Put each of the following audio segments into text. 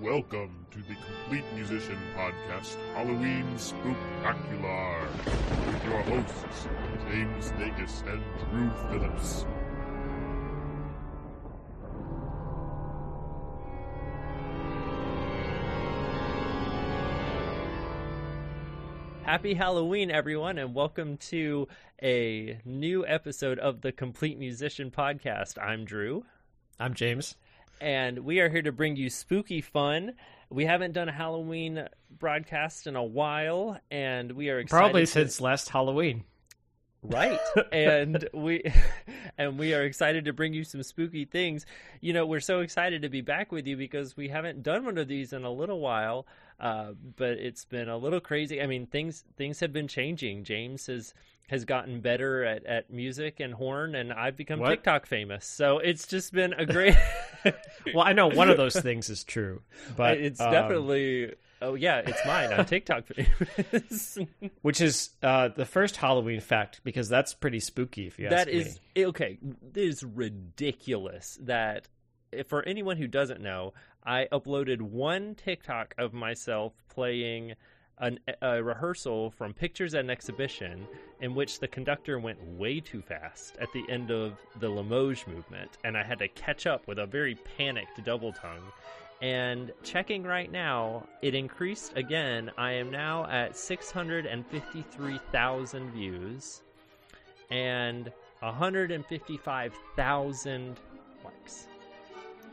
Welcome to the Complete Musician Podcast Halloween Spooktacular with your hosts, James Vegas and Drew Phillips. Happy Halloween, everyone, and welcome to a new episode of the Complete Musician Podcast. I'm Drew, I'm James. and we are here to bring you spooky fun. We haven't done a Halloween broadcast in a while, and we are excited Probably to- since last Halloween. right and we and we are excited to bring you some spooky things you know we're so excited to be back with you because we haven't done one of these in a little while uh, but it's been a little crazy i mean things things have been changing james has has gotten better at, at music and horn and i've become What? tiktok famous so it's just been a great Well, I know one of those things is true, but it's um, definitely oh yeah it's mine i'm tiktok famous which is uh, the first Halloween fact because that's pretty spooky. If you ask That is eh, me. okay. It is ridiculous that if- for anyone who doesn't know, I uploaded one TikTok of myself playing an, a rehearsal from Pictures at an Exhibition in which the conductor went way too fast at the end of the Limoges movement, and I had to catch up with a very panicked double tongue. And checking right now, it increased again. I am now at 653,000 views and 155,000 likes.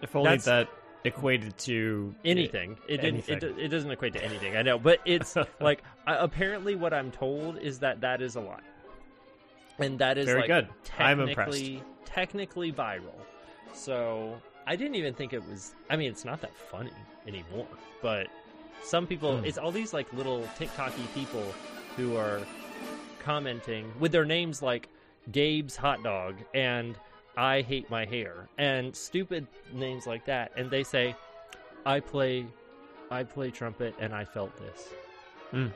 if only that's- that equated to Anything. It didn't. It, Anything. do- it doesn't equate to anything. I know, but it's like I, apparently what I'm told is that that is a lot, and that is Very like good. I'm impressed. technically technically viral. So I didn't even think it was. I mean, it's not that funny anymore, but some people. Hmm. It's all these like little TikToky people who are commenting with their names like Gabe's hot dog and I hate my hair and stupid names like that and they say I play I play trumpet and I felt this. Mm.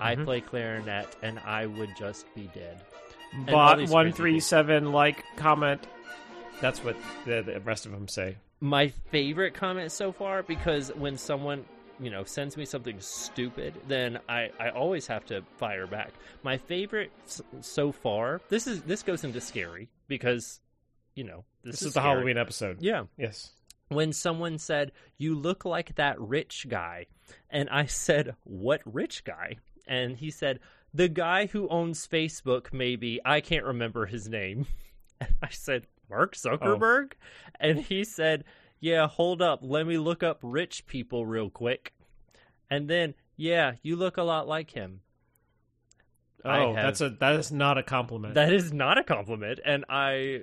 I Mhm. play clarinet and I would just be dead. all Bot these one crazy three things. seven like comment. That's what the, the rest of them say. my favorite comment so far because when someone you know sends me something stupid then i i always have to fire back my favorite s- so far this is this goes into scary because you know this, This, is, the scary. Halloween episode. yeah Yes. when someone said you look like that rich guy and i said what rich guy and he said the guy who owns facebook maybe i can't remember his name and i said mark zuckerberg Oh. and he said yeah hold up let me look up rich people real quick and then yeah you look a lot like him I Oh, have- that's a that is not a compliment. that is not a compliment and i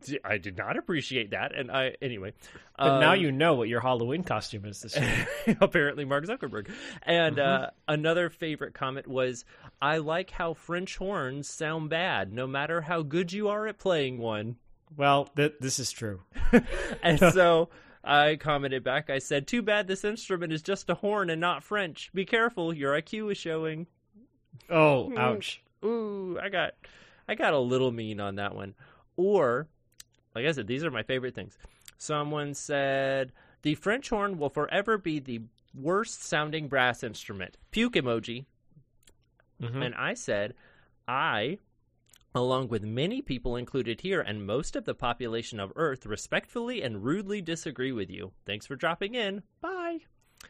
d- i did not appreciate that and i anyway but now um, you know what your Halloween costume is this year. apparently Mark Zuckerberg. And uh, another favorite comment was, "I like how French horns sound bad, no matter how good you are at playing one." well, th- this is true. And so I commented back. I said, "Too bad this instrument is just a horn and not French. Be careful, your IQ is showing." Oh, Hmm. ouch. Ooh, I got, I got a little mean on that one. Or, like I said, these are my favorite things. Someone said the French horn will forever be the worst sounding brass instrument. Puke emoji. Mhm. And I said, I, along with many people included here and most of the population of Earth, respectfully and rudely disagree with you. Thanks for dropping in. Bye.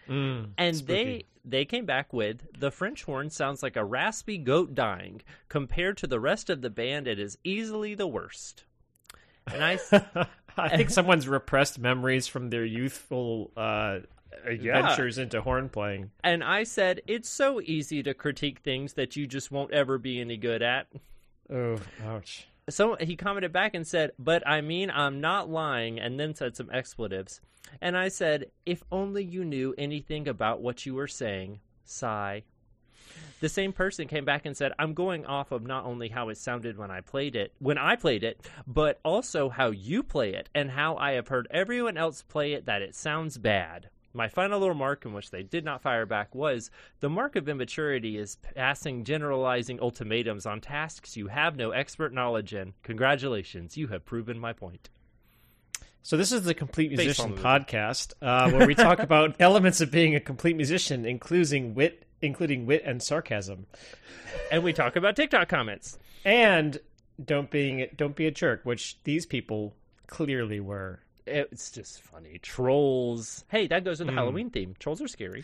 Mm, And spooky. they they came back with the French horn sounds like a raspy goat dying. Compared to the rest of the band, it is easily the worst. And I s- I think someone's repressed memories from their youthful uh, yeah. adventures into horn playing. and I said it's so easy to critique things that you just won't ever be any good at. Oh, ouch. so he commented back and said, "But I mean, I'm not lying," and then said some expletives. And I said, "If only you knew anything about what you were saying." Sigh. The same person came back and said, "I'm going off of not only how it sounded when I played it, when I played it, but also how you play it and how I have heard everyone else play it that it sounds bad." My final remark, in which they did not fire back, was the mark of immaturity is passing generalizing ultimatums on tasks you have no expert knowledge in. Congratulations, you have proven my point. So this is the Complete Baseball Musician movie. podcast, uh, where we talk about elements of being a complete musician, including wit, including wit and sarcasm, and we talk about TikTok comments. and don't being don't be a jerk, which these people clearly were. It's just funny. Trolls. Hey, that goes with the Halloween theme. Trolls are scary.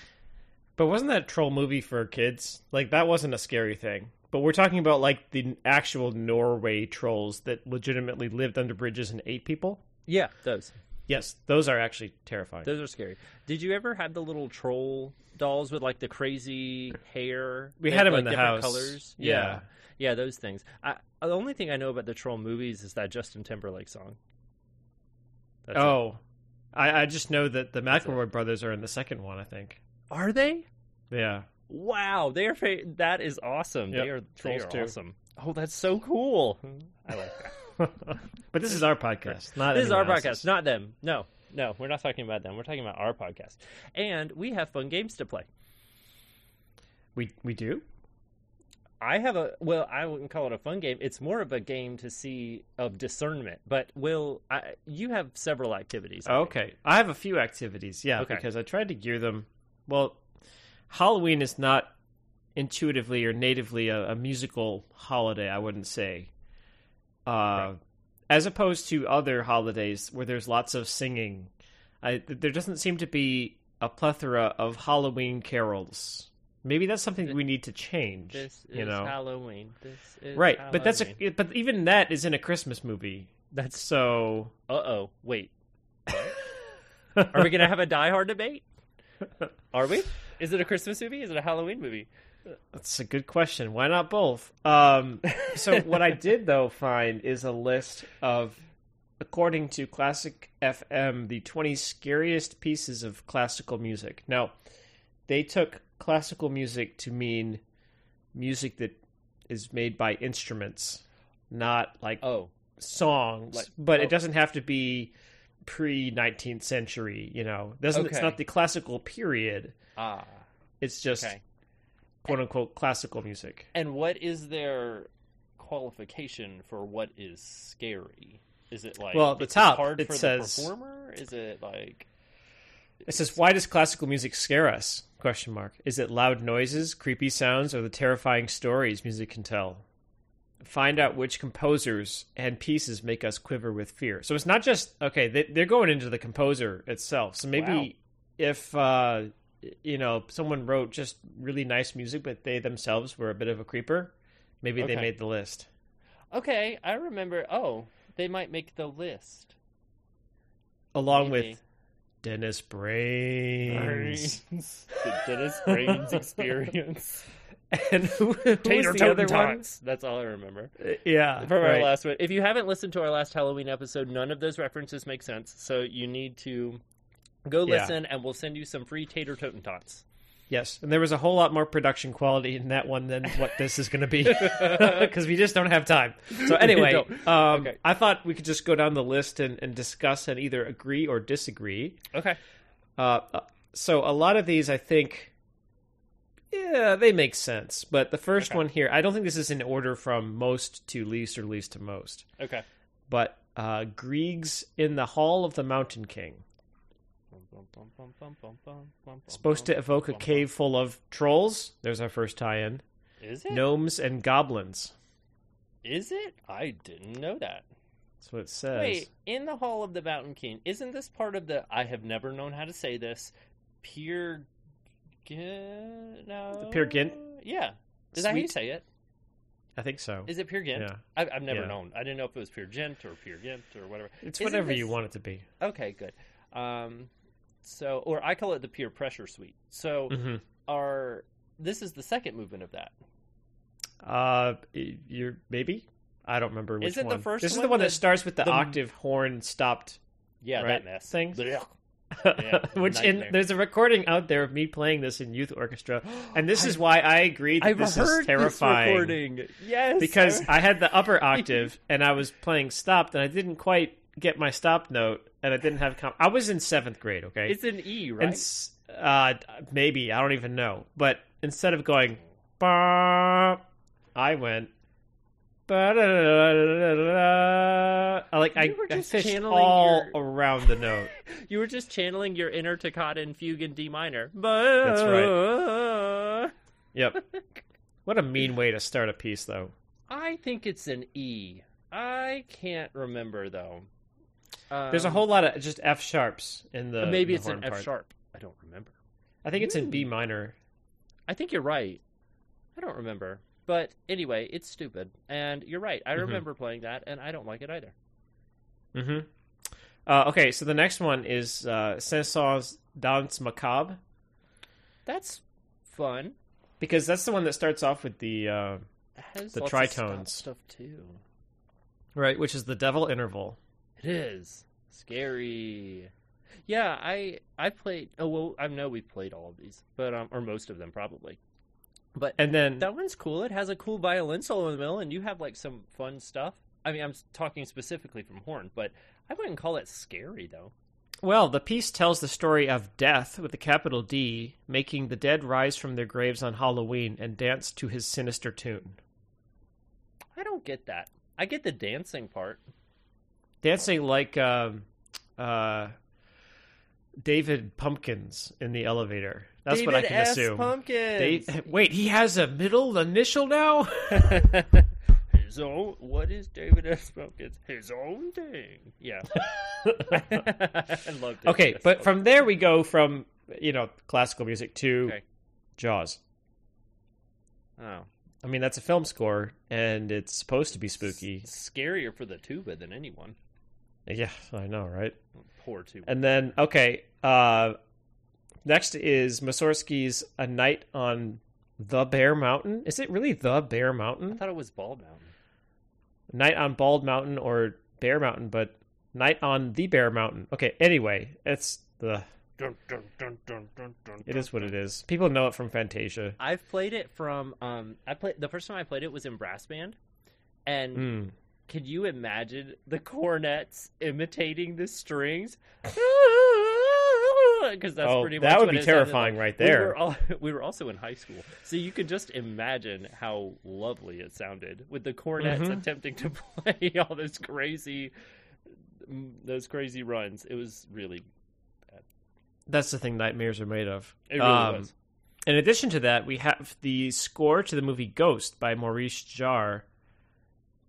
But wasn't that troll movie for kids? Like that wasn't a scary thing. But we're talking about like the actual Norway trolls that legitimately lived under bridges and ate people. Yeah, those. Yes, those are actually terrifying. Those are scary. Did you ever have the little troll dolls with like the crazy hair? We They had 'em like, in the different house. Colors. Yeah. yeah, Yeah, those things. I, the only thing I know about the troll movies is that Justin Timberlake song. That's it. oh, I, I just know that the That's it. McElroy brothers are in the second one. I think. are they? Yeah. Wow, they are. Fa- that is awesome. Yep, They are. They trolls are too. awesome. Oh, that's so cool. I like that. but this is our podcast, not this is our anyone podcast, else's. not them. No, no, we're not talking about them. We're talking about our podcast, and we have fun games to play. We we do. I have a well, I wouldn't call it a fun game. It's more of a game to see of discernment. But will I, you have several activities? I think. Okay, I have a few activities. Yeah, Okay. because I tried to gear them. Well, Halloween is not intuitively or natively a, a musical holiday. I wouldn't say. Uh, As opposed to other holidays where there's lots of singing, I, th- there doesn't seem to be a plethora of Halloween carols. Maybe that's something Th- we need to change. This is you know, Halloween. This is right? But that's Halloween. a, but even that is in a Christmas movie. that's So uh oh. Wait, are we gonna have a die-hard debate? Are we? Is it a Christmas movie? Is it a Halloween movie? That's a good question. Why not both? Um, so what I did though find is a list of, according to Classic FM, the 20 scariest pieces of classical music. Now, they took classical music to mean music that is made by instruments, not like Oh, songs, Like- but oh. it doesn't have to be pre 19th century. You know, doesn't it's Okay. not the classical period. ah, It's just okay. quote unquote classical music. And what is their qualification for what is scary? Is it like Well, at the it's top, hard it for says- the performer? Is it like It says, "Why does classical music scare us?" Question mark. Is it loud noises, creepy sounds, or the terrifying stories music can tell? Find out which composers and pieces make us quiver with fear. So it's not just okay. They, they're going into the composer itself. So maybe Wow. if uh, you know someone wrote just really nice music, but they themselves were a bit of a creeper, maybe they Okay. made the list. okay? I remember. Oh, they might make the list Along Maybe. with Dennis Brains. the Dennis Brains experience. and who, who was Tater the other Totem one? Tots. That's all I remember Yeah, from our right. last one. If you haven't listened to our last Halloween episode, none of those references make sense. So you need to go Yeah. listen, and we'll send you some free Tater Totem Tots. Yes, and there was a whole lot more production quality in that one than what this is going to be because we just don't have time. So anyway, don't. um, Okay. I thought we could just go down the list and, and discuss and either agree or disagree. Okay. Uh, uh, so a lot of these, I think, yeah, they make sense. But the first Okay. one here, I don't think this is in order from most to least or least to most. Okay. But uh, Griegs in the Hall of the Mountain King, supposed to evoke Uh-huh. a cave full of trolls. There's our first tie-in. Is it? gnomes and goblins. Is it? I didn't know that. That's what it says. Wait, in the Hall of the Mountain King, isn't this part of the? I have never known how to say this. Pier, no, The Peer Gynt? Yeah, is that how you Sweet. say it? I think so. Is it Peer Gynt? Yeah. I, I've never Yeah. known. I didn't know if it was Peer Gynt or Peer Gynt or whatever. It's Isn't whatever you this- want it to be. Okay, good. Um, so or I call it the Peer Pressure Suite. So hmm are this is the second movement of that? Uh, you're maybe. I don't remember which Isn't the one. first this is the one one the- that starts with the, the- octave horn stopped, Yeah, Right, that mess things? Blech. which in nightmare. there's a recording out there of me playing this in youth orchestra, and this I- is why I agree that I've this heard is terrifying. This recording. Yes, because I- I had the upper octave and I was playing stopped, and I didn't quite get my stop note, and I didn't have. Com- I was in seventh grade. Okay, it's an E, right? And s uh, maybe I don't even know. But instead of going, bah, I went. "Ba-da-da-da-da-da-da," I like I, You were I just fished channeling all your- around the note. You were just channeling your inner toccata and fugue in D minor. That's right. Yep. What a mean way to start a piece, though. I think it's an E. I can't remember though. There's a Um, whole lot of just F sharps in the. maybe in the it's an horn F part. sharp. I don't remember. I think it's in B minor. I think you're right. I don't remember. But anyway, it's stupid. And you're right. I Mhm. remember playing that and I don't like it either. hmm Uh, okay, so the next one is uh, Saint-Saëns Danse Macabre That's fun. because that's the one that starts off with the uh, It has The lots of stop tritones. stuff too. right, which is the devil interval. It is scary. Yeah, I I played. Oh well, I know we've played all of these, but um, or most of them probably. But And then that one's cool. It has a cool violin solo in the middle, and you have like some fun stuff. I mean, I'm s- talking specifically from horn, but I wouldn't call it scary though. Well, the piece tells the story of death with a capital D, making the dead rise from their graves on Halloween and dance to his sinister tune. I don't get that. I get the dancing part. Dancing like um, uh, David Pumpkins in the elevator. That's what I David can S. assume. Pumpkins. Da- Wait, he has a middle initial now? His own. What is David S. Pumpkins? His own thing. Yeah. I love. David okay, S. but from there we go from, you know, classical music to Okay. Jaws. Oh, I mean, that's a film score, and it's supposed to be spooky. S- scarier for the tuba than anyone. Yeah, I know, right? Poor tuba. And then, okay, uh, next is Mussorgsky's A Night on the Bear Mountain. Is it really the Bear I Mountain? thought it was Bald Mountain. Night on Bald Mountain or Bear Mountain, but Night on the Bear Mountain. Okay, anyway, it's the. Dun, dun, dun, dun, dun, dun, It is what it is. People know it from Fantasia. I've played it from. Um, I played the first time I played it was in brass band, and Mm. can you imagine the cornets imitating the strings? Because that's Oh, pretty much that would what be it sounded terrifying like. right We there. were, all, we were also in high school, so you can just imagine how lovely it sounded with the cornets Mhm. attempting to play all those crazy, mm, those crazy runs. It was really, That's the thing nightmares are made of. it really Um, was. In addition to that, we have the score to the movie Ghost by Maurice Jarre.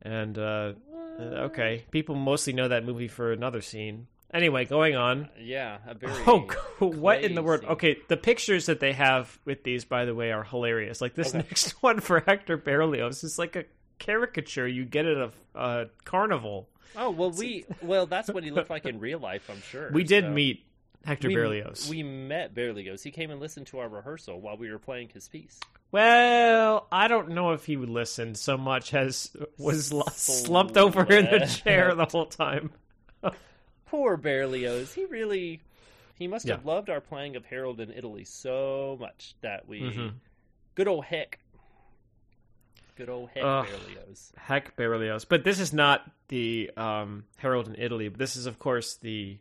And uh, uh, okay, people mostly know that movie for another scene. Anyway, going on. Yeah, a very. Oh, what in the world? clay scene. Okay, the pictures that they have with these, by the way, are hilarious. Like this Okay. next one for Hector Berlioz is like a caricature you get at a, a carnival. Oh well, we well that's what he looked like in real life. I'm sure We did so. meet Hector we, Berlioz. We met Berlioz. He came and listened to our rehearsal while we were playing his piece. Well, I don't know if he listened so much as was l- slumped over in a chair the whole time. Poor Berlioz. He really he must have Yeah. loved our playing of Harold in Italy so much that we Mhm. good old heck. Good old heck Ugh. Berlioz. Heck, Berlioz. But this is not the um, Herald in Italy. But this is, of course, the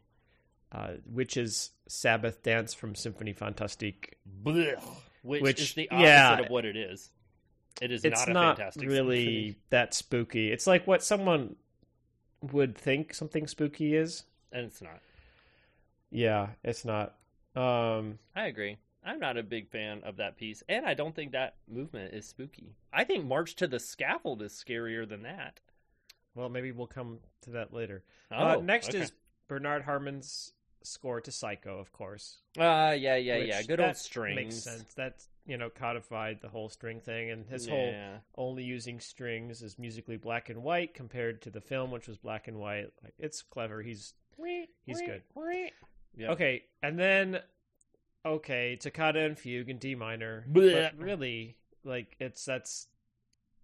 uh, Witch's Sabbath Dance from Symphonie Fantastique. Which, Which- is the opposite yeah. of what it is. It is It's not a not, fantastic really symphony. that spooky. It's like what someone would think something spooky is. and it's not. Yeah, it's not. Um, I agree. I'm not a big fan of that piece, and I don't think that movement is spooky. I think March to the Scaffold is scarier than that. well, maybe we'll come to that later. Oh, uh, next okay. is Bernard Harmon's score to Psycho, of course. Uh yeah, yeah, which yeah. Good that old strings. Makes sense. That's you know codified the whole string thing, and his whole Yeah. only using strings is musically black and white compared to the film, which was black and white. Like it's clever. He's He's good. Yeah. okay, and then okay, toccata and fugue in D minor, Blech. but really, like it's that's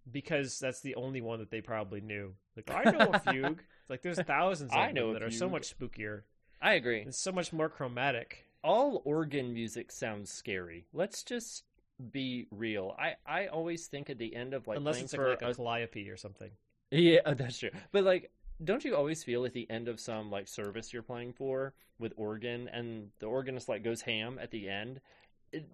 because that's the only one that they probably knew. Like I know a fugue. Like there's thousands of I them know a that are so fugue. much spookier I agree. and so much more chromatic. All organ music sounds scary. Let's just be real. I I always think at the end of like unless playing it's for like, a- a calliope or something. Yeah, oh, that's true. But like, don't you always feel at the end of some like service you're playing for with organ, and the organist like goes ham at the end? It,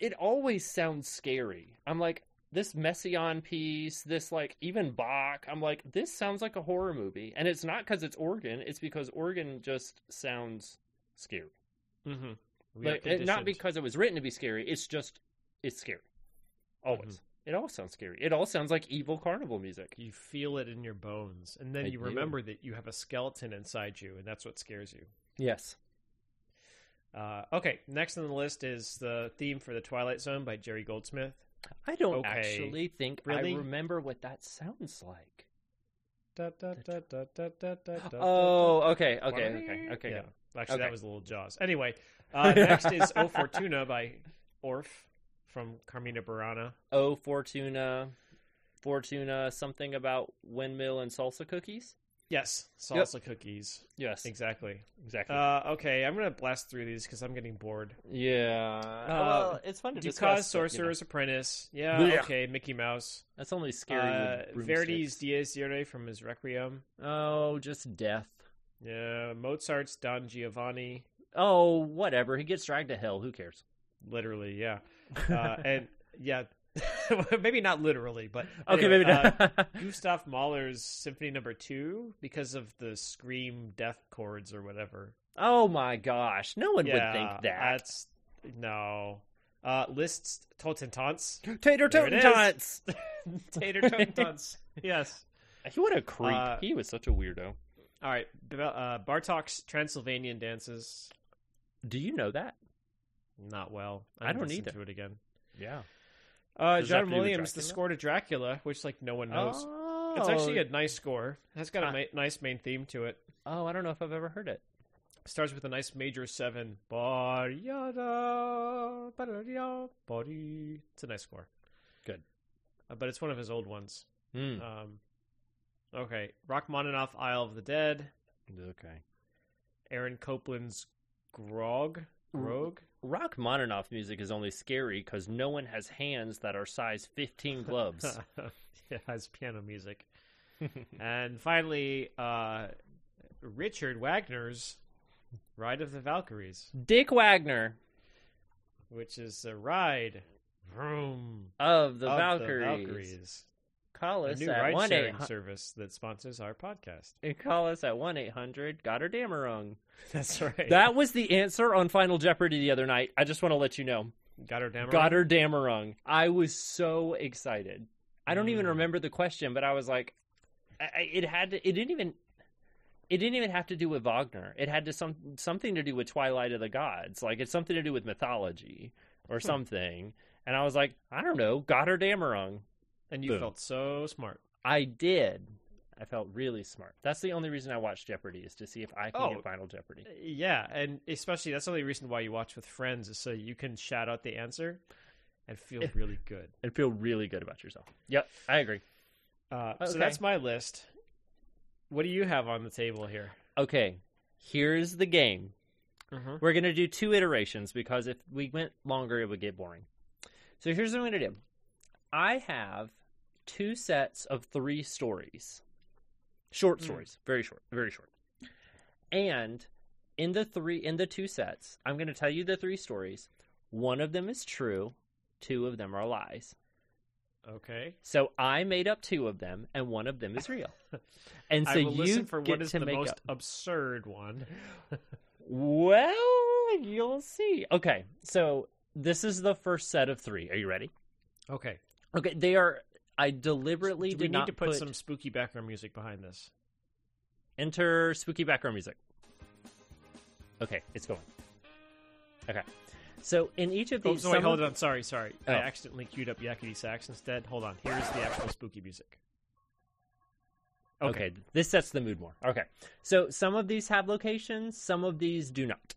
it always sounds scary. I'm like, this Mession piece, this like even Bach. I'm like, this sounds like a horror movie, and it's not because it's Oregon. It's because Oregon just sounds scary. Mm-hmm. We are Like, it- not conditioned. because it was written to be scary. It's just it's scary. Always, Mm-hmm. it all sounds scary. It all sounds like evil carnival music. you feel it in your bones, and then I you do. remember that you have a skeleton inside you, and that's what scares you. Yes. Uh, okay, next on the list is the theme for the Twilight Zone by Jerry Goldsmith. I don't Okay. actually think Really? I remember what that sounds like. Da, da, da, da, da, da, da, da, Oh, okay, da, da. okay, okay, okay. Yeah. go. Actually, Okay. that was a little Jaws. Anyway, uh, next is O Fortuna by Orff from Carmina Burana. Oh, Fortuna, Fortuna, something about windmill and salsa cookies. Yes, salsa cookies. Yes, Exactly. exactly. Uh, okay, I'm gonna blast through these because I'm getting bored. yeah. Uh, well, it's fun to Dukas, discuss. but, you know, Sorcerer's Apprentice. Yeah, Yeah. okay, Mickey Mouse. that's only scary. Uh, with Verdi's broomsticks. Dies Irae from his Requiem. oh, just death. Yeah, Mozart's Don Giovanni. Oh, whatever. He gets dragged to hell. Who cares? Literally, yeah. Uh, and yeah, maybe not literally, but okay, anyway, maybe not. uh, Gustav Mahler's Symphony Number Two because of the scream death chords or whatever. oh my gosh, no one yeah, would think that. That's no. Uh, lists Toten Tanz. Tater there it Totem is. Tots. Tater Toten Tanz. yes. What a creep. Uh, he was such a weirdo. All right. B- Uh, Bartok's Transylvanian dances. Do you know that? Not well. I don't need either. To it again. Yeah. Uh, Does it have John to do with Williams, the Dracula? score to Dracula, which like no one knows. Oh, It's actually a nice score. Has got a Ah. ma- nice main theme to it. Oh, I don't know if I've ever heard it. Starts with a nice major seven. Ba-da-da, ba-da-da, ba-dee. It's a nice score. Good. Uh, but it's one of his old ones. Hmm. Um, okay, Rachmaninoff, Isle of the Dead. Okay. Aaron Copland's Grog. Grog. Rachmaninoff music is only scary because no one has hands that are size 15 gloves. yeah, it's piano music. and finally, uh, Richard Wagner's Ride of the Valkyries, Dick Wagner which is a ride vroom, of the of Valkyries. The Valkyries. Call A us new at ride 1 sharing 800. service that sponsors our podcast. Call us at 1 800 Got her damn wrong. That's right. That was the answer on Final Jeopardy the other night. I just want to let you know. Goddard Dameron. Goddard Dammerung. I was so excited. I don't even Mm. remember the question, but I was like, I- I, it had to, it didn't even it didn't even have to do with Wagner. It had to some something to do with Twilight of the Gods. Like it's something to do with mythology or something. And I was like, I don't know, Goddard Dammerung. And you Boom. felt so smart. I did. I felt really smart. That's the only reason I watch Jeopardy is to see if I can Oh. get Final Jeopardy. Yeah, and especially that's the only reason why you watch with friends is so you can shout out the answer and feel really good. And feel really good about yourself. Yep, I agree. Uh, Okay. So that's my list. What do you have on the table here? Okay, here's the game. Mm-hmm. We're going to do two iterations because if we went longer, it would get boring. So here's what I'm going to do I have two sets of three stories, short Mm. stories, very short, very short. And in the three, in the two sets, I'm going to tell you the three stories. One of them is true, two of them are lies. Okay. So I made up two of them, and one of them is real. And so I will you listen for get what is to the make most up. absurd one. Well, you'll see. Okay, so this is the first set of three. Are you ready? okay. Okay, they are. I deliberately Do did we need not to put, some spooky background music behind this. enter spooky background music. Okay, it's going. Okay, so in each of Oh, these, so wait, some hold of- on. Sorry, sorry. Oh. I accidentally queued up Yakety Sax instead. Hold on. Here's the actual spooky music. Okay. this sets the mood more. Okay, so some of these have locations, some of these do not,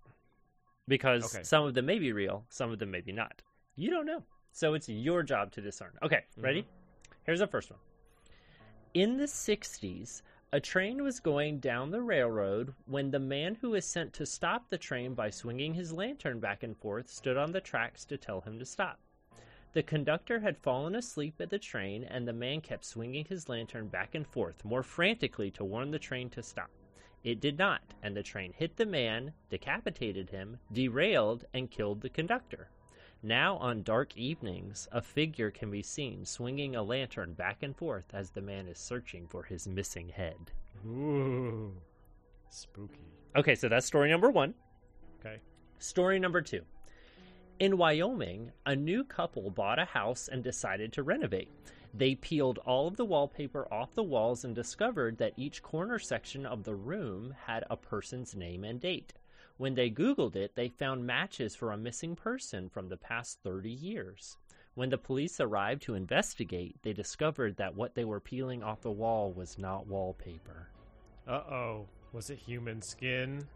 because Okay. some of them may be real, some of them may be not. You don't know, so it's your job to discern. Okay, ready? Mhm. Here's the first one. In the 60s, a train was going down the railroad when the man who is sent to stop the train by swinging his lantern back and forth stood on the tracks to tell him to stop. The conductor had fallen asleep at the train, and the man kept swinging his lantern back and forth more frantically to warn the train to stop. It did not, and the train hit the man, decapitated him, derailed, and killed the conductor. Now, on dark evenings, a figure can be seen swinging a lantern back and forth as the man is searching for his missing head. Ooh. Spooky. Okay, so that's story number one. Okay. Story number two. In Wyoming, a new couple bought a house and decided to renovate. They peeled all of the wallpaper off the walls and discovered that each corner section of the room had a person's name and date. When they Googled it, they found matches for a missing person from the past 30 years. When the police arrived to investigate, they discovered that what they were peeling off the wall was not wallpaper. Uh oh. Was it human skin?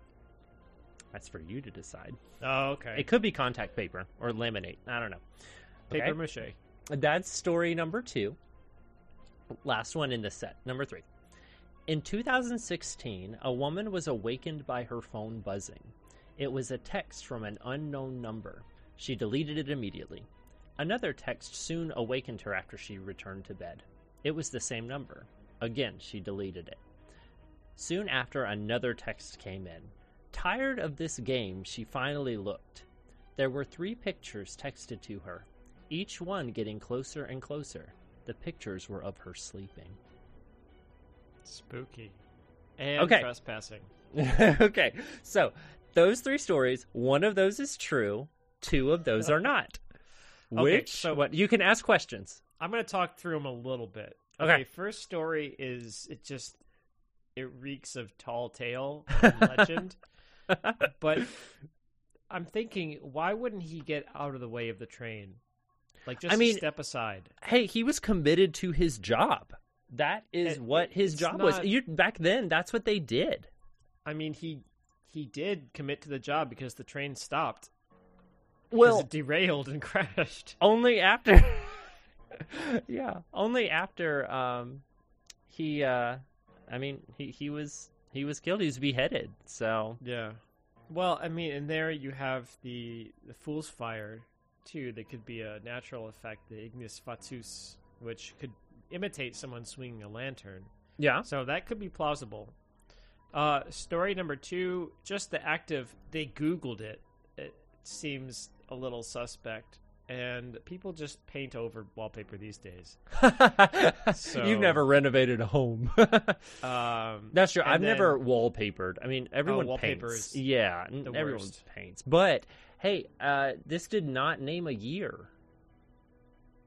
That's for you to decide. Oh, okay. It could be contact paper or laminate. I don't know. Paper Okay. mache. That's story number two. Last one in this set, number three. In 2016, a woman was awakened by her phone buzzing. It was a text from an unknown number. She deleted it immediately. Another text soon awakened her after she returned to bed. It was the same number. Again, she deleted it. Soon after, another text came in. Tired of this game, she finally looked. There were three pictures texted to her, each one getting closer and closer. The pictures were of her sleeping. Spooky. And Okay. trespassing. okay, so those three stories, one of those is true, two of those are not. Okay, Which so- what you can ask questions. I'm going to talk through them a little bit. Okay. First story is it just it reeks of tall tale and legend, but I'm thinking why wouldn't he get out of the way of the train? Like just I mean, step aside. Hey, he was committed to his job. That is It- what his it's job was. not- You back then, that's what they did. I mean, he he did commit to the job because the train stopped. 'Cause Well, it derailed and crashed. only after yeah only after um he uh i mean he he was he was killed he was beheaded so Yeah. Well, I mean, and there you have the the fool's fire too. That could be a natural effect, the ignis fatuus, which could imitate someone swinging a lantern. yeah So that could be plausible. Uh, story number two, just the act of they Googled it. It seems a little suspect, and people just paint over wallpaper these days. you've never renovated a home Um, that's true and i've then- never wallpapered i mean everyone wallpaper paints is yeah n- the everyone worst. paints but hey uh this did not name a year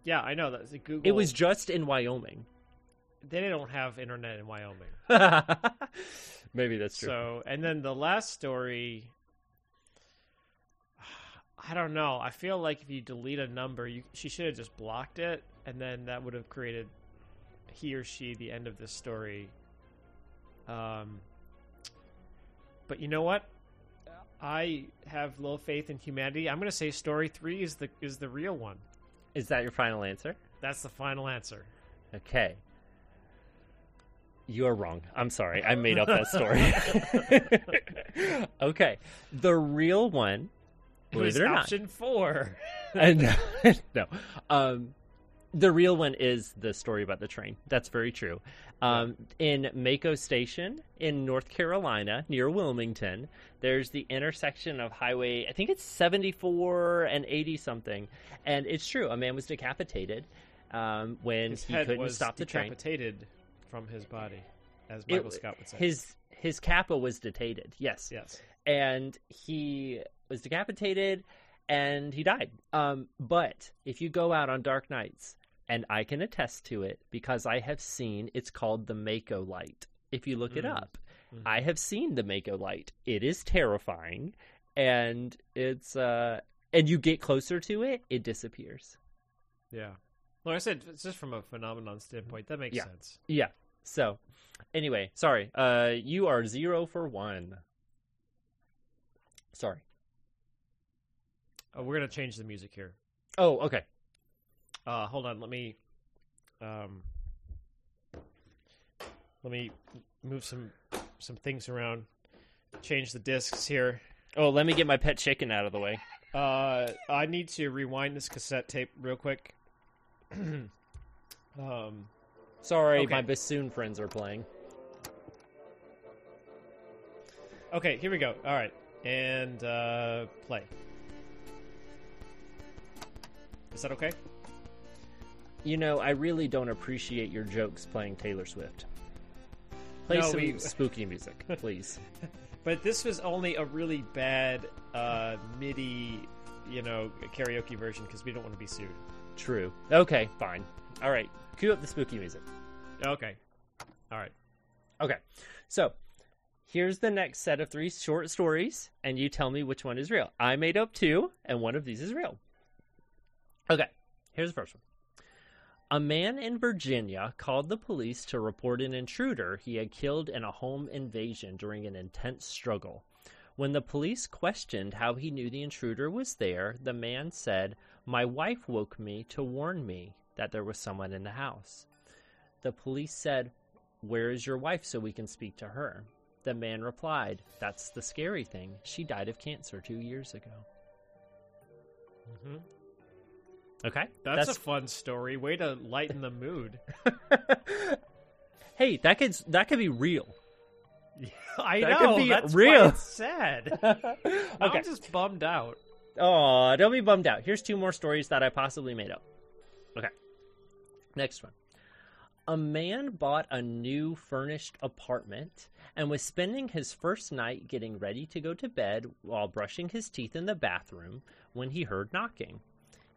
Yeah, I know that's a Google. it was just in wyoming they don't have internet in Wyoming. maybe that's true So, and then the last story, I don't know. I feel like if you delete a number, you, she should have just blocked it, and then that would have created he or she the end of this story. Um, but you know what? I have low faith in humanity. I'm going to say story three is the is the real one. is that your final answer That's the final answer. Okay. You're wrong. I'm sorry. I made up that story. okay. The real one, It believe was it or not. option four. And, no. Um, the real one is the story about the train. That's very true. Um, in Mako Station in North Carolina, near Wilmington, there's the intersection of Highway, I think it's 74 and 80 something. And it's true. A man was decapitated um, when His he head couldn't was stop the train. decapitated from his body, as It- Michael Scott would say. His his kappa was detated, yes, yes, and he was decapitated, and he died. Um, but if you go out on dark nights, and I can attest to it because I have seen it's called the Mako light. If you look it Mm. up, I have seen the Mako light. It is terrifying, and it's uh, and you get closer to it, it disappears. yeah. Like I said, it's just from a phenomenon standpoint, that makes Yeah. sense. Yeah. So, anyway, sorry. Uh, you are zero for one. Sorry. Oh, we're gonna change the music here. Oh, okay. Uh, hold on, let me, um, let me move some some things around, change the discs here. Oh, let me get my pet chicken out of the way. Uh, I need to rewind this cassette tape real quick. um, Sorry, Okay. my bassoon friends are playing. okay, here we go. All right, and uh, play. Is that okay? You know, I really don't appreciate your jokes playing Taylor Swift. Play No, some we- spooky music, please. But this was only a really bad uh, MIDI, you know, karaoke version because we don't want to be sued. True. Okay, fine. All right, cue up the spooky music. Okay. All right. Okay, so here's the next set of three short stories, and you tell me which one is real. I made up two, and one of these is real. Okay, here's the first one. A man in Virginia called the police to report an intruder he had killed in a home invasion during an intense struggle. When the police questioned how he knew the intruder was there, the man said, My wife woke me to warn me that there was someone in the house. The police said, Where is your wife so we can speak to her? The man replied, That's the scary thing. She died of cancer two years ago. Mm-hmm. hmm Okay? That's, a fun story. Way to lighten the mood. hey, that could that could be real. I That could know. be that's real. Why it's sad. Now Okay. I'm just bummed out. Oh, don't be bummed out. Here's two more stories that I possibly made up. Okay. Next one. A man bought a new furnished apartment and was spending his first night getting ready to go to bed while brushing his teeth in the bathroom when he heard knocking.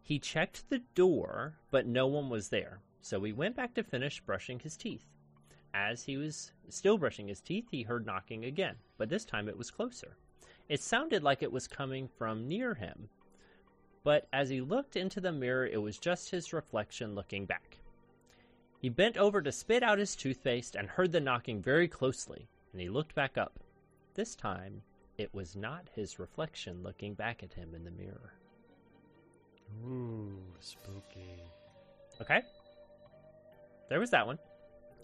He checked the door, but no one was there, so he went back to finish brushing his teeth. As he was still brushing his teeth, he heard knocking again, but this time it was closer. It sounded like it was coming from near him, but as he looked into the mirror, it was just his reflection looking back. He bent over to spit out his toothpaste and heard the knocking very closely, and he looked back up. This time, it was not his reflection looking back at him in the mirror. Ooh, spooky. Okay? There was that one.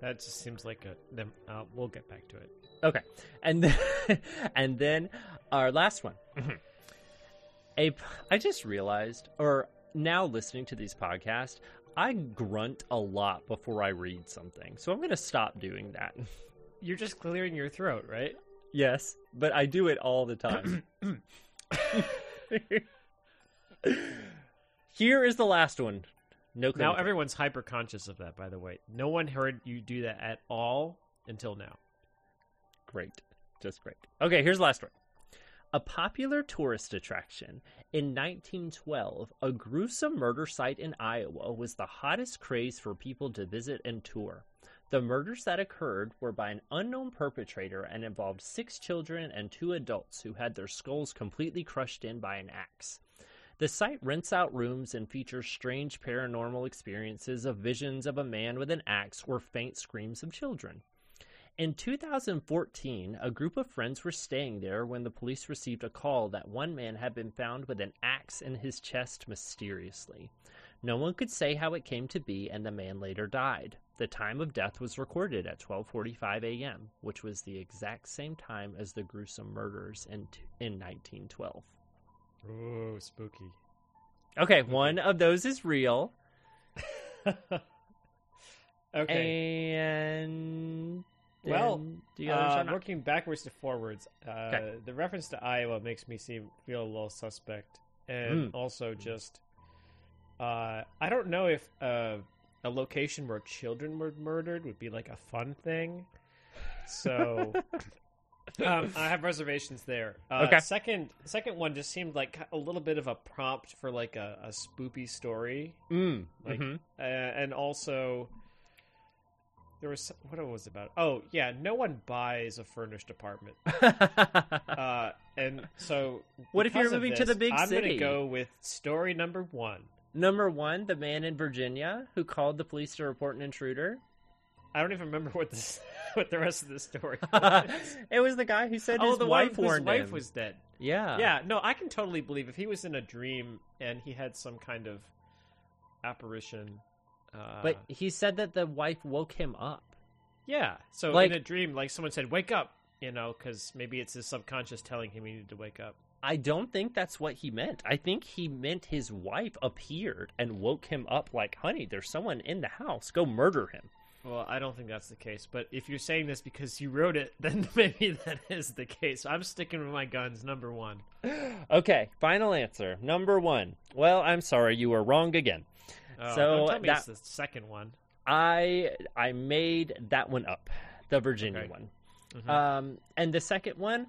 That just seems like a. Them, uh, we'll get back to it. Okay, and then, and then our last one. A, p- I just realized, or now listening to these podcasts, I grunt a lot before I read something, so I'm going to stop doing that. You're just clearing your throat, right? Yes, but I do it all the time. Here is the last one. No, Now clinical. everyone's hyper conscious of that. By the way, no one heard you do that at all until now. Great. Just great. Okay, here's the last one. A popular tourist attraction. In 1912, a gruesome murder site in Iowa was the hottest craze for people to visit and tour. The murders that occurred were by an unknown perpetrator and involved six children and two adults who had their skulls completely crushed in by an axe. The site rents out rooms and features strange paranormal experiences of visions of a man with an axe or faint screams of children. In 2014, a group of friends were staying there when the police received a call that one man had been found with an axe in his chest mysteriously. No one could say how it came to be and the man later died. The time of death was recorded at 12:45 a.m., which was the exact same time as the gruesome murders in in 1912. Ooh, spooky. Okay, one of those is real okay. and Well, and the others Uh, are not. working backwards to forwards, uh, Okay. the reference to Iowa makes me seem feel a little suspect, Hmm. and also just uh, I don't know if uh, a location where children were murdered would be like a fun thing. So um, I have reservations there. Uh, Okay. Second, second one just seemed like a little bit of a prompt for like a, a spoopy story Mm, like, mhm. uh, and also there was some- what was it about? Oh yeah, no one buys a furnished apartment, Mm-hmm. uh, and so What if you're because of moving to the this, big I'm city? gonna go with story number one. Number one, the man in Virginia who called the police to report an intruder. I don't even remember what this what the rest of the story. was. it was the guy who said oh, his the wife one whose warned wife him. was dead. yeah, yeah, no, I can totally believe if he was in a dream and he had some kind of apparition. Uh, But he said that the wife woke him up. Yeah. So Like- in a dream, like someone said, "Wake up," you know, because maybe it's his subconscious telling him he needed to wake up. I don't think that's what he meant. I think he meant his wife appeared and woke him up like, "Honey, there's someone in the house. Go murder him." Well, I don't think that's the case, but if you're saying this because you wrote it, then maybe that is the case. I'm sticking with my guns, number one. Okay, final answer. Number one. Well, I'm sorry, you were wrong again. Oh, So, don't tell me it's that- the second one. I I made that one up, the Virginia Okay. one. Mhm. Um, and the second one,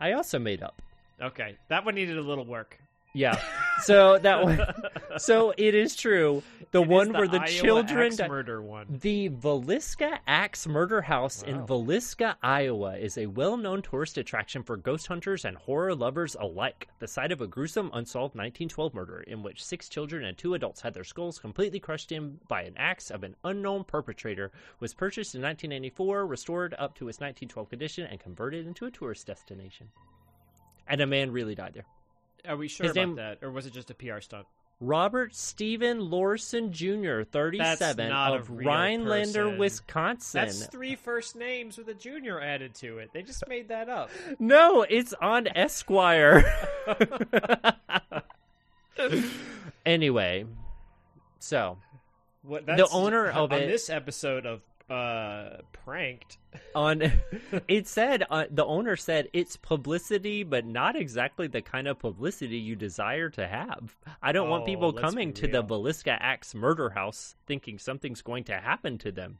I also made up. Okay, that one needed a little work. Yeah. So that one. So it is true. The It is one where the Iowa children. axe di- murder one. The Velisca Axe Murder House in Wow. Velisca, Iowa is a well known tourist attraction for ghost hunters and horror lovers alike. The site of a gruesome, unsolved 1912 murder in which six children and two adults had their skulls completely crushed in by an axe of an unknown perpetrator was purchased in 1994, restored up to its 1912 condition, and converted into a tourist destination. And a man really died there. Are we sure His about name- that, or was it just a PR stunt? Robert Stephen Lorson Jr., 37, not a of real Rhinelander, person. Wisconsin. That's three first names with a junior added to it. They just made that up. No, it's on Esquire. anyway, so What, The that's owner of on it- this episode of uh, Pranked. on it said uh, the owner said it's publicity, but not exactly the kind of publicity you desire to have. I don't want Oh, people let's coming be to the real. Velisca Axe murder house thinking something's going to happen to them.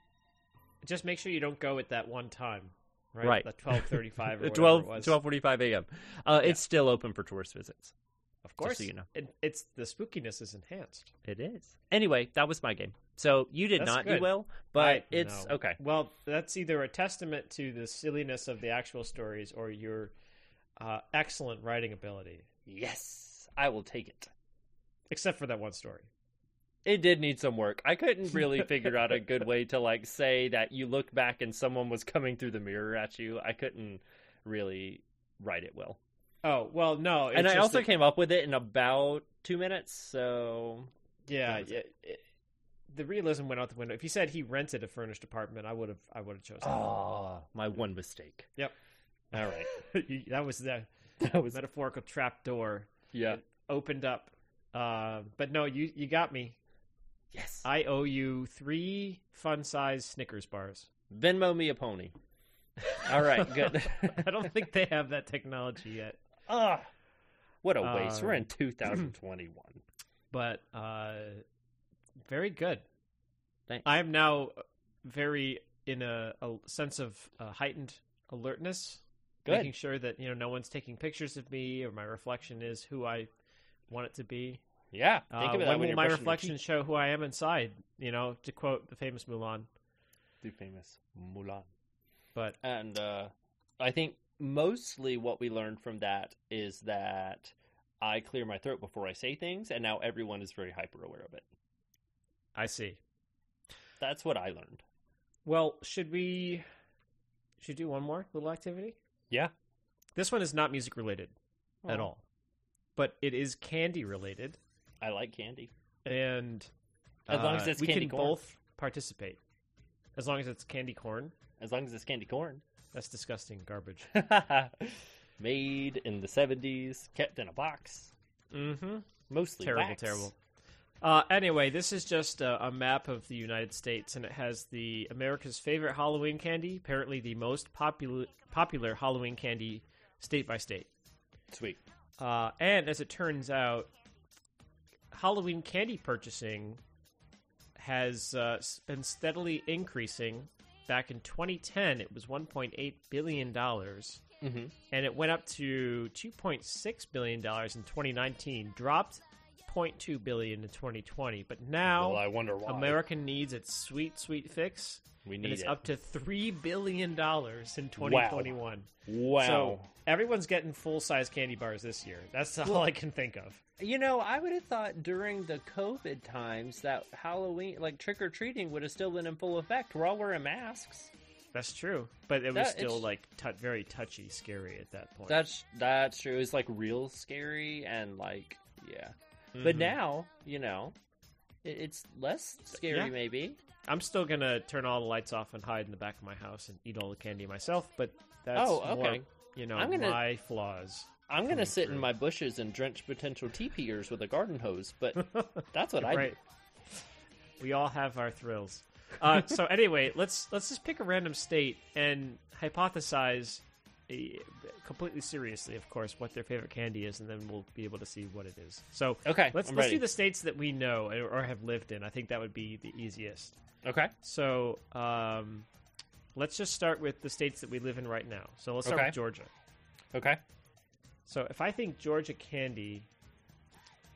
Just make sure you don't go at that one time, right? Right. The twelve Uh, thirty-five or whatever it 12, was. 12:45 a.m. Uh, Yeah. It's still open for tourist visits. Of course, so you know. It, it's the spookiness is enhanced. It is. Anyway, that was my game. So you did That's not good. do well, but I- it's no. okay. Well, that's either a testament to the silliness of the actual stories or your uh, excellent writing ability. Yes, I will take it. Except for that one story. It did need some work. I couldn't really figure out a good way to like say that you look back and someone was coming through the mirror at you. I couldn't really write it well. Oh well, no. it's and I just also that- came up with it in about 2 minutes, so Yeah, That was yeah. it- the realism went out the window. If you said he rented a furnished apartment, I would have. I would have chosen. oh, my one mistake. Yep. All right. You- that was the That was metaphorical trap door yeah. opened up. Uh, but no, you you got me. Yes. I owe you three fun size Snickers bars. Venmo me a pony. All right, good. I don't think they have that technology yet. Ah. What a waste. We're Um, in 2021. but uh very good Thanks. i'm now very in a, a sense of uh, heightened alertness Good. making sure that you know no one's taking pictures of me or my reflection is who i want it to be yeah. Uh, Think of it when when will you're my brushing your reflection show who i am inside you know to quote the famous mulan too famous Mulan. but And uh, I think mostly what we learned from that is that I clear my throat before I say things, and now everyone is very hyper aware of it. i see That's what I learned. well should we should we do one more little activity Yeah. this one is not music related at Oh. all but it is candy related I like candy. and As long uh, as it's we candy can corn. both participate. As long as it's candy corn, As long as it's candy corn. that's disgusting garbage. Made in the 70s, kept in a box, mm-hmm. mostly Terrible, wax. terrible. Uh, anyway, this is just a, a map of the United States, and it has the America's favorite Halloween candy. Apparently, the most popular popular Halloween candy, state by state. Sweet. Uh, and as it turns out, Halloween candy purchasing has uh, s- been steadily increasing. Back in 2010, it was 1.8 billion dollars, Mm-hmm. and it went up to 2.6 billion dollars in 2019. Dropped 0.2 billion in 2020, but now well, I wonder why. America needs its sweet, sweet fix, we and need it's it. up to three billion dollars in 2021. wow. So everyone's getting full size candy bars this year. That's all I can think of. You know, I would have thought during the COVID times that Halloween, like trick or treating, would have still been in full effect. We're all wearing masks. That's true, but it was That- still it's- like tou very touchy, scary at that point. That's that's true. It's like real scary and like yeah. But Mhm. now you know, it, it's less scary Yeah. maybe. I'm still gonna turn all the lights off and hide in the back of my house and eat all the candy myself. But that's Oh, okay. more, you know, I'm gonna- my flaws. I'm gonna Coming sit in through. my bushes and drench potential teepeers with a garden hose, but that's what I right. We all have our thrills. do. Uh, so anyway, let's let's just pick a random state and hypothesize, eh, completely seriously, of course, what their favorite candy is, and then we'll be able to see what it is. So Okay, let's I'm let's ready. do the states that we know or or have lived in. I think that would be the easiest. Okay. So um, let's just start with the states that we live in right now. So let's start Okay. with Georgia. Okay. So if I think Georgia candy,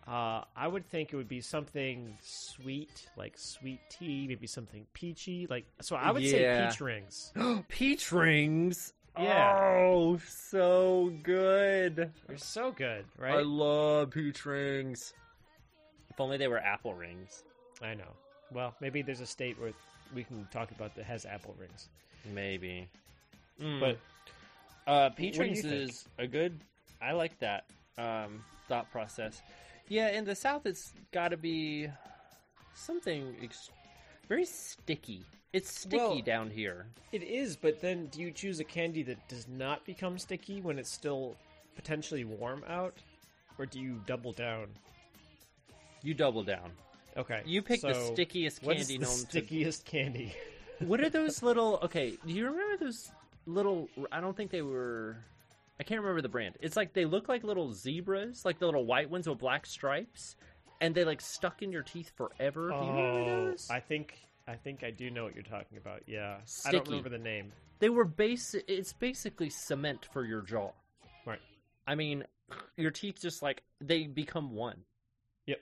uh, I would think it would be something sweet, like sweet tea, maybe something peachy, like so. I would Yeah. say peach rings. Peach rings. Yeah. Oh, so good. They're so good, I right? love peach rings. If only they were apple rings. I, know. Well, maybe there's a state where we can talk about that has apple rings, Maybe. Hmm. but But uh, peach what do rings you think? is a good. I like that um, thought process. Yeah, in the South, it's got to be something ex- very sticky. It's sticky Well- down here. it is. But then, do you choose a candy that does not become sticky when it's still potentially warm out, or do you double down? You double down. Okay, You pick the so stickiest What's candy the known to stickiest candy? what are those little okay do you remember those little i don't think they were i can't remember the brand it's like they look like little zebras like the little white ones with black stripes and they like stuck in your teeth forever do you remember those Oh, I think I think I do know what you're talking about. Yeah, I don't Sticky. remember the name. they were base it's basically cement for your jaw Right. i mean your teeth just like they become one Yep.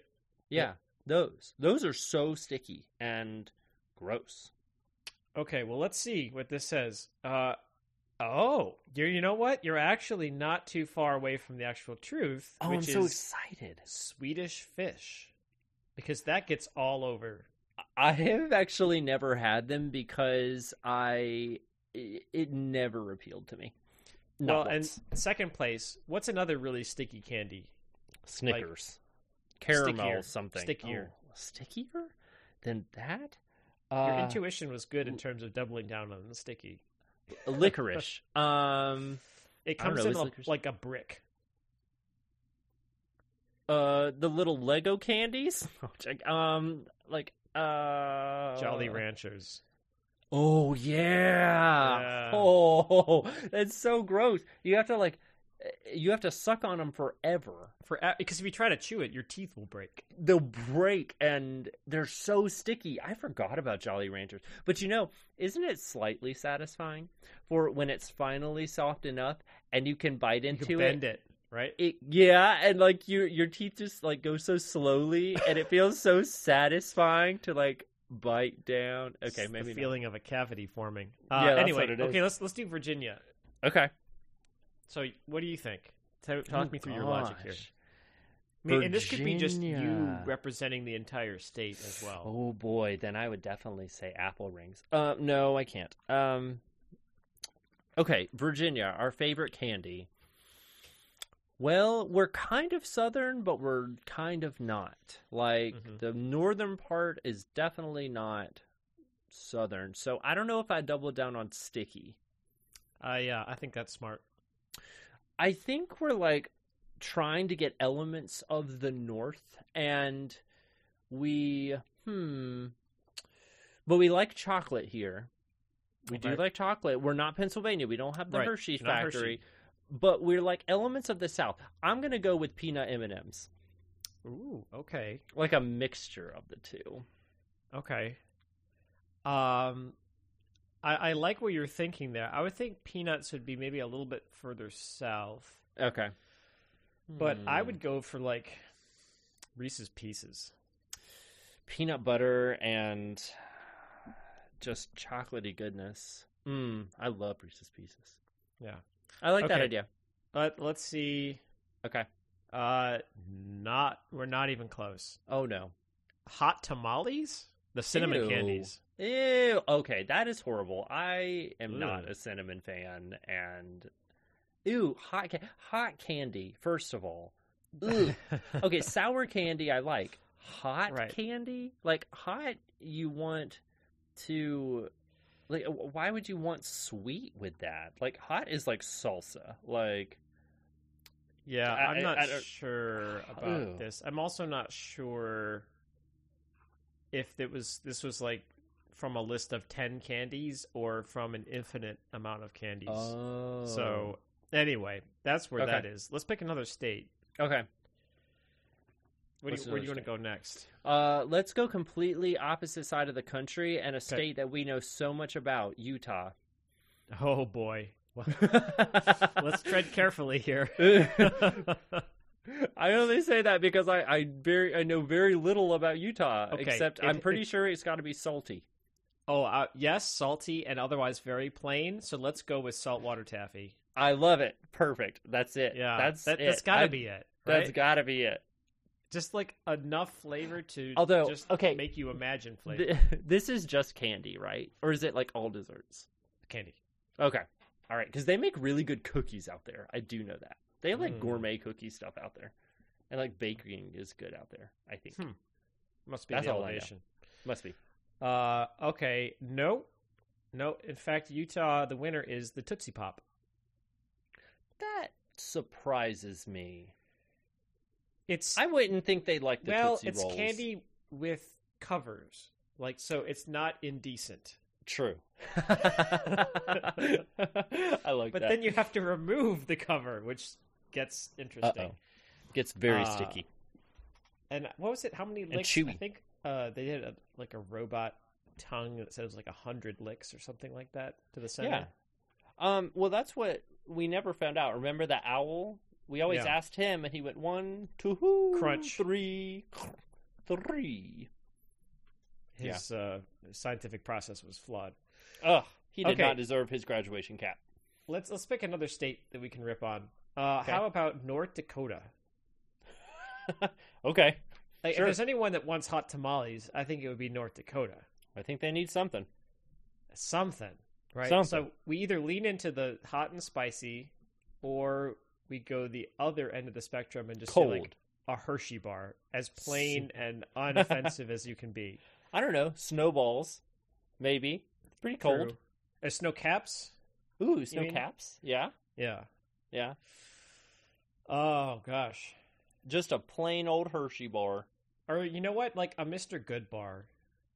yeah Yep. those those are so sticky and gross Okay, well let's see what this says. Uh, oh, you you know what? You're actually not too far away from the actual truth, oh which i'm is so excited Swedish fish, because that gets all over. I have actually never had them because I it, it never appealed to me. Not well, once. and second place, what's another really sticky candy? Snickers, caramel, stickier- something stickier. Oh, stickier than that. Your Uh, intuition was good in terms of doubling down on the sticky. licorice. um, It I don't comes know, in is a, licorice- like a brick. uh, the little Lego candies. um, like uh, Jolly Ranchers. Oh yeah. Yeah. Oh, that's so gross. You have to like, eh, you have to suck on them forever. For because if you try to chew it, your teeth will break. they'll break and they're so sticky. I forgot about Jolly Ranchers. But you know, isn't it slightly satisfying for when it's finally soft enough and you can bite You into can it? bend it, right? It- yeah, and like your your teeth just like go so slowly and it feels so satisfying to like bite down. Okay, It's maybe the not. feeling of a cavity forming. Uh, Yeah, that's anyway, what it is. okay, let's let's do Virginia. Okay. Oh, So, what do you think? Tell- Talk me through your logic here. Gosh. I mean, and this could be just you Virginia. representing the entire state as well. Oh boy, then I would definitely say apple rings. Uh, no, I can't. Um, okay, Virginia, our favorite candy. Well, we're kind of southern, but we're kind of not. Like Mhm. the northern part is definitely not southern. So I don't know if I double down on sticky. Uh, yeah, I think that's smart. I think we're like trying to get elements of the North, and we hmm, but we like chocolate here. We do Okay. like chocolate. We're not Pennsylvania. We don't have the Right. Hershey Not Hershey. factory, but we're like elements of the South. I'm gonna go with peanut M and M's, Ooh, okay, like a mixture of the two. okay. Um, I, I like what you're thinking there. I would think peanuts would be maybe a little bit further south, Okay, but I Hmm. would go for like Reese's Pieces. peanut butter and just chocolatey goodness. Mm, I love Reese's Pieces. Yeah. I like that Okay. idea. But let's see. Okay. Uh, not we're not even close. Oh no. Hot tamales, the cinnamon Ew. candies. Ew. Okay, that is horrible. I am Ugh. not a cinnamon fan, and ew, hot ca- hot candy. First of all, Ugh. okay, sour candy I like. Hot Right. candy, like hot, you want to like. Why would you want sweet with that? Like hot is like salsa. Like yeah, I- I, am not I- I don't- sure about Ew. this. I'm also not sure if it was this was like from a list of 10 candies or from an infinite amount of candies. Oh. So, anyway, that's where Okay. that is. Let's pick another state. Oh. okay. What do What's you, where do you want another to go next? Uh, let's go completely opposite side of the country and a state that we know so much about, Utah. Oh, boy. let's Let's tread carefully here. I only say that because I, I very I know very little about Utah Okay, except it- I'm pretty it- sure it's got to be salty. oh, uh, yes, salty and otherwise very plain. So let's go with saltwater taffy. I love it. Perfect. That's it. Yeah, that's that, it. that's got I- to be it. That's right? got to be it. just like enough flavor to Although, just okay, make you imagine flavor Th- this is just candy, right? Or is it like all desserts? candy. Okay. All right, cuz they make really good cookies out there. I do know that. They have like Mm. gourmet cookie stuff out there. And like baking is good out there, I think. Hmm. Must be That's the all I know. elevation. Must be. Uh, okay, no, no. In fact, Utah, the winner is the Tootsie Pop. That surprises me. It's I wouldn't think they like the well, Tootsie it's Rolls. candy with covers, like so. It's not indecent. True. I like but that. then you have to remove the cover, which gets interesting. Uh-oh. Gets very Uh, sticky. And what was it? How many licks? I chewy. think uh, they did a, like a robot tongue that said it was like a hundred licks or something like that to the center. Yeah. Um, well, that's what we never found out. Remember the owl? We always Yeah. asked him, and he went one, two, Crunch. three, three. Yeah. His uh, scientific process was flawed. Ugh, he did Okay. not deserve his graduation cap. Let's let's pick another state that we can rip on. Uh, Okay. How about North Dakota? Okay, Like, Sure. If there's anyone that wants hot tamales, I think it would be North Dakota. I think they need something. Something, right? Something. So we either lean into the hot and spicy, or we go the other end of the spectrum and just say, Cold. like a Hershey bar, as plain and unoffensive as you can be. I don't know. Snowballs, maybe. It's pretty cold. True. Uh, snow caps. Ooh, snow mean- caps. Yeah, Yeah. yeah. Oh gosh. Just a plain old Hershey bar, Or you know what? Like a Mr. Good bar,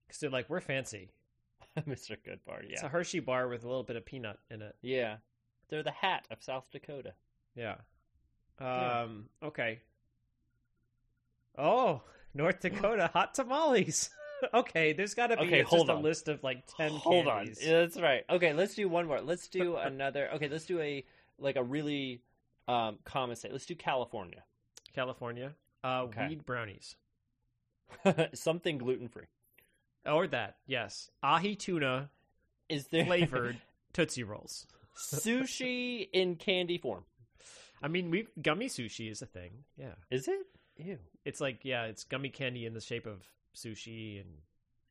because they're like we're fancy. Mister Good Bar. Yeah, It's a Hershey bar with a little bit of peanut in it. yeah. They're the hat of South Dakota. Yeah. Yeah. Um. Okay. Oh, North Dakota hot tamales. okay, there's got to be Okay, just hold a on. list of like ten. hold candies. on Yeah, that's right okay let's do one more let's do another okay let's do a like a really um common state let's do california California. Uh, Okay. weed brownies. something gluten-free Or that. Yes. Ahi tuna is there flavored tootsie rolls. sushi in candy form I mean, we gummy sushi is a thing. Yeah. is it ew It's like yeah, it's gummy candy in the shape of sushi, and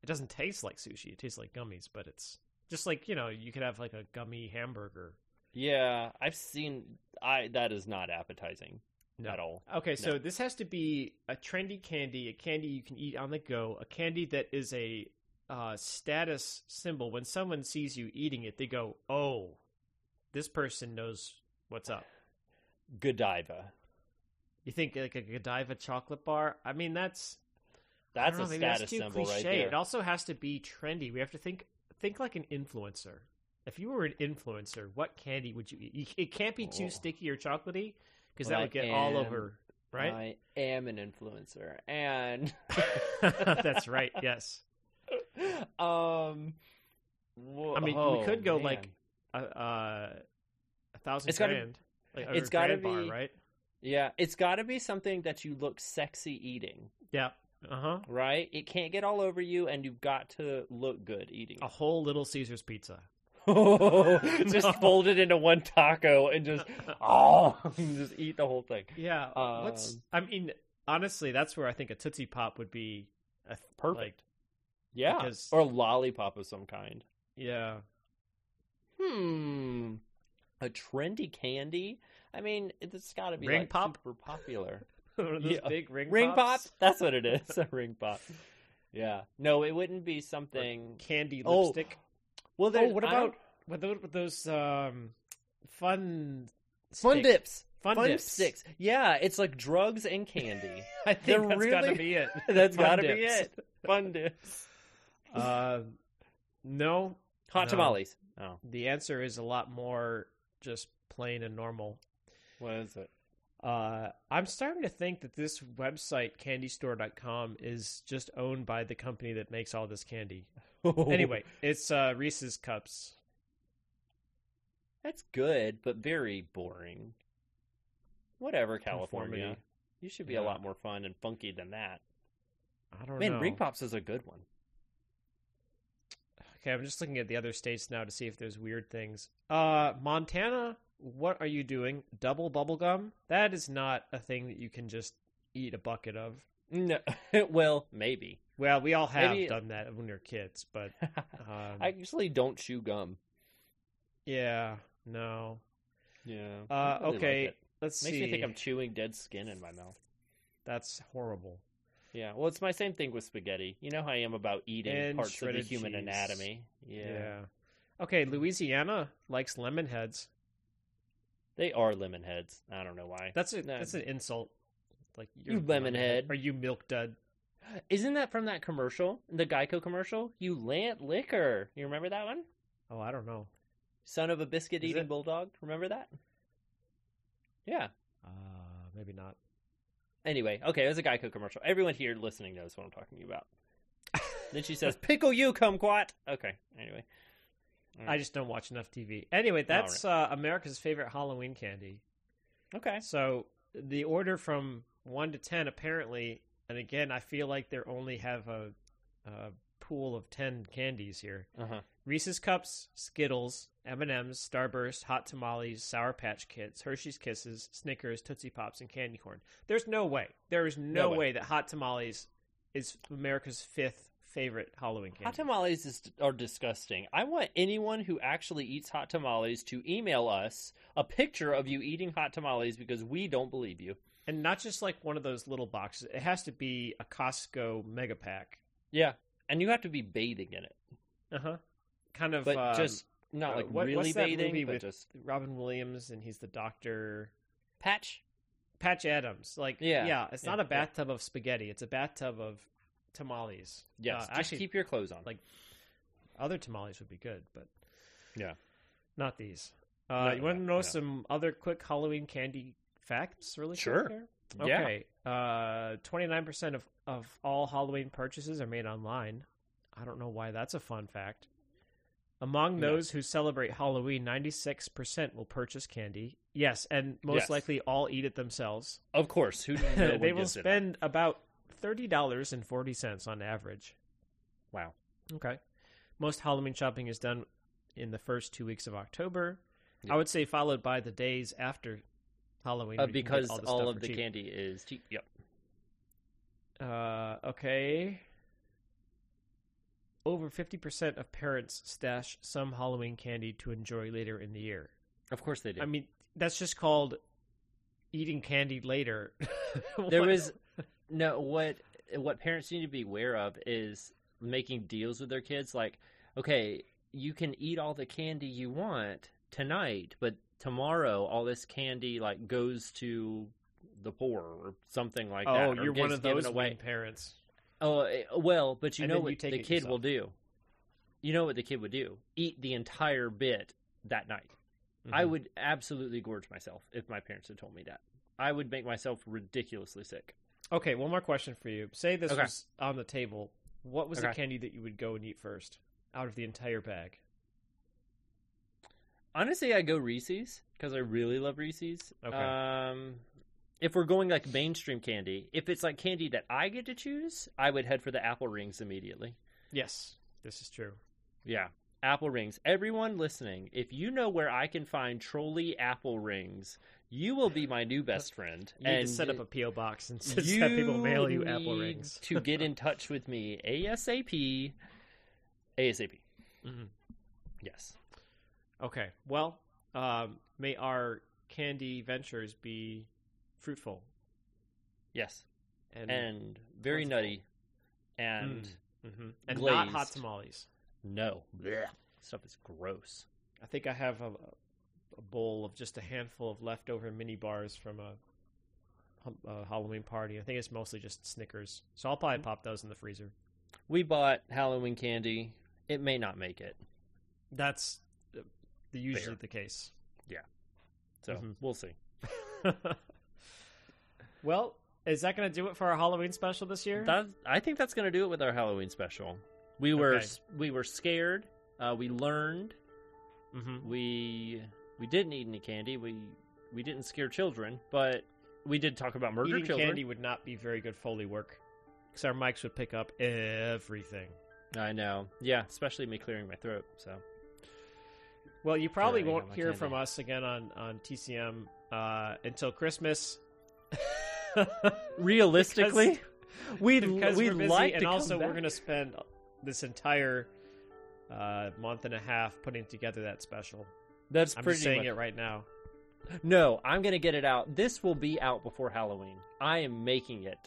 it doesn't taste like sushi. It tastes like gummies, but it's just like you know, you could have like a gummy hamburger. yeah i've seen i that is not appetizing No. at all Okay, so this has to be a trendy candy, a candy you can eat on the go, a candy that is a uh, status symbol. When someone sees you eating it, they go, "Oh, this person knows what's up." godiva You think like a Godiva chocolate bar? I mean, that's I that's don't know, a maybe status that's too symbol cliche. right there It also has to be trendy. We have to think think like an influencer. If you were an influencer, what candy would you eat? You, it can't be too Oh. sticky or chocolatey because Well, that I would get all am, over, right? i am an influencer and That's right. Yes, um wha- I mean, we oh, could go, man. like, a, uh, a thousand It's gotta- grand. like, or it's gotta grand bar, be- right. Yeah, it's got to be something that you look sexy eating, Yeah. Uh huh. right? It can't get all over you, and you've got to look good eating. A whole little Caesar's pizza. Oh, just No. fold it into one taco and just oh, just eat the whole thing. Yeah. what's? Um, I mean, honestly, that's where I think a tootsie pop would be a th- Perfect. like, Yeah, Because- or a lollipop of some kind. yeah. Hmm, a trendy candy. I mean, it's got to be Ring like, pop? super popular. One of those Yeah. big ring ring pop. pops? That's what it is. A ring pop. Yeah. No, it wouldn't be something. candy Oh, lipstick. Well, Oh, there's- what I don't- about what tho- what those um fun fun stick- dips? fun, Fun dips. sticks. Yeah, it's like drugs and candy. I think They're that's got to really- be it. That's Fun got to be dips. it. Fun dips. Um, No, Hot No. tamales. Oh, the answer is a lot more just plain and normal. what is it? Uh, I'm starting to think that this website, candystore.com, is just owned by the company that makes all this candy. Oh. Anyway, it's uh, Reese's Cups. that's good, but very boring. Whatever, California. Conformity. You should be a Yeah. lot more fun and funky than that. I don't Man, know. Ring Pops is a good one. Okay, I'm just looking at the other states now to see if there's weird things. Uh, Montana, what are you doing? Double bubblegum? That is not a thing that you can just eat a bucket of. No, well, maybe. Well, we all have Maybe- done that when we were kids, but um, I usually don't chew gum. yeah, no. Yeah. Uh, I really like okay, it. let's Makes see. me think I'm chewing dead skin in my mouth. That's horrible. Yeah. Well, it's my same thing with spaghetti. You know how I am about eating And parts of the shredded human cheese. anatomy. Yeah. Okay, Louisiana likes lemon heads. They are lemon heads. I don't know why. That's a No. that's an insult. Like You lemon head. or you milk dud. Isn't that from that commercial, the Geico commercial? You lant liquor. You remember that one? Oh, I don't know. Son of a biscuit Is eating it? bulldog. Remember that? Yeah. Uh, maybe not. Anyway, okay, it was a Geico commercial. Everyone here listening knows what I'm talking about. then she says, "Pickle you, kumquat." Okay. Anyway, Hmm. I just don't watch enough TV. Anyway, that's uh, America's favorite Halloween candy. Mm. okay. So the order from one to ten, apparently, and again, I feel like they only have a, a pool of ten candies here. Uh huh. Reese's Cups, Skittles, M&M's, Starburst, Hot Tamales, Sour Patch Kids, Hershey's Kisses, Snickers, Tootsie Pops, and Candy Corn. There's no way. There is no, No way. way. that Hot Tamales is America's fifth favorite Halloween candy. Hot tamales is, are disgusting. I want anyone who actually eats hot tamales to email us a picture of you eating hot tamales because we don't believe you. and not just like one of those little boxes. It has to be a Costco mega pack. Yeah, and you have to be bathing in it, Uh-huh. Kind of but um, just not uh, like what- really what's that bathing, movie but with- just Robin Williams and he's the doctor patch. Patch Adams. Like Yeah. yeah, it's Yeah, not a yeah. bathtub of spaghetti. It's a bathtub of tamales. Yes, Uh, just actually keep your clothes on. like- other tamales would be good, but Yeah. not these. Uh, No, you want to no, know no. some other quick Halloween candy facts? Really? quick Sure. there? Yeah. Okay. Twenty nine percent of of all Halloween purchases are made online. I don't know why that's a fun fact. Among No. those who celebrate Halloween, ninety six percent will purchase candy. Yes, and most Yes. likely all eat it themselves. of course, who no one they will gives it up? spend about thirty dollars and forty cents on average. Wow. Okay. Most Halloween shopping is done in the first two weeks of October. Yeah. I would say followed by the days after Halloween Uh, where you can get because this all, stuff of for the cheap. candy is cheap. Yep. Uh, okay. Over fifty percent of parents stash some Halloween candy to enjoy later in the year. Of course they do. I mean, that's just called eating candy later. there What- is no what what parents need to be aware of is making deals with their kids like okay you can eat all the candy you want tonight but tomorrow all this candy like goes to the poor or something like that oh, or you're one gets of given those away mean parents. oh eh, well but you And know then what you take the it kid will do you know what the kid would do eat the entire bit that night I Mhm. would absolutely gorge myself if my parents had told me that. I would make myself ridiculously sick. Okay, one more question for you. Say this Okay. was on the table. What was the Okay. candy that you would go and eat first out of the entire bag? Honestly, I go Reese's because I really love Reese's. Okay. Um, if we're going like mainstream candy, if it's like candy that I get to choose, I would head for the apple rings immediately. Yes, this is true. Yeah. Apple rings. Everyone listening, if you know where I can find trolley apple rings, you will be my new best friend. You need to set up a PO box and just you have people mail you apple need rings. to get in touch with me ASAP. ASAP. Mhm. Yes. Okay. Well, um, may our candy ventures be fruitful Yes. and And very Plentiful. nutty. And Mm. Mhm. and not hot glazed. tamales. no. Blech. Stuff is gross. I think I have a, a bowl of just a handful of leftover mini bars from a, a Halloween party. I think Mm-hmm. it's mostly just Snickers, so I'll probably pop those in the freezer. We bought Halloween candy it may not make it. That's uh, Fair. usually the case. So Mhm. we'll see. well, is that going to do it for our Halloween special this year? That I think that's going to do it with our Halloween special. We were Okay. we were scared. Uh, we learned. Mhm. We we didn't eat any candy. We we didn't scare children, but we did talk about murder Eating children. candy would not be very good Foley work because our mics would pick up everything. I know. Yeah, especially me clearing my throat. So Well, you probably Sorry, I got won't my hear candy. from us again on on TCM uh, until Christmas. realistically, we because we we're busy, like and to also come back. we're going to spend this entire uh, month and a half putting together that special. That's I'm pretty just saying much- it right now. No, I'm gonna get it out. This will be out before Halloween. I am making it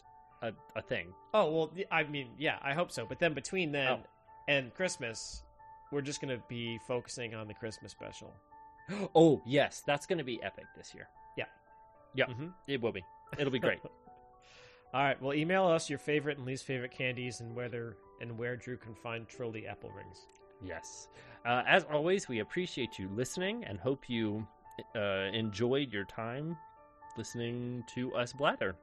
a, a thing. Oh well, y- I mean, yeah, I hope so. But then between then Oh. and Christmas, we're just going to be focusing on the Christmas special. Oh yes, that's gonna be epic this year. Yeah. Mhm. It will be. It'll be great. All right. Well, email us your favorite and least favorite candies and whether and where Drew can find Trolley apple rings. yes. Uh, as always, we appreciate you listening and hope you uh, enjoyed your time listening to us blather.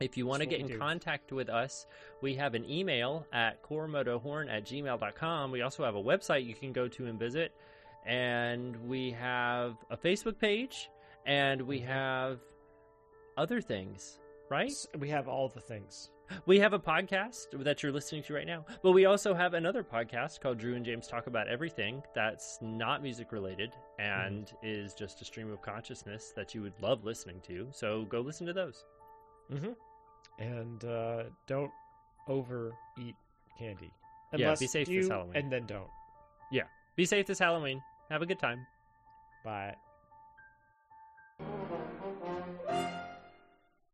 If you want to That's what get in we do. contact with us, we have an email at cormodohorn at gmail.com. We also have a website you can go to and visit. And we have a Facebook page and we Mhm. have other things, right? S- We have all the things. We have a podcast that you're listening to right now, but we also have another podcast called Drew and James Talk About Everything that's not music related and is just a stream of consciousness that you would love listening to. So go listen to those. Mm-hmm. And uh, don't overeat candy. Yeah, be safe this you- Halloween. And then don't. Be safe this Halloween. Have a good time. Bye. Thank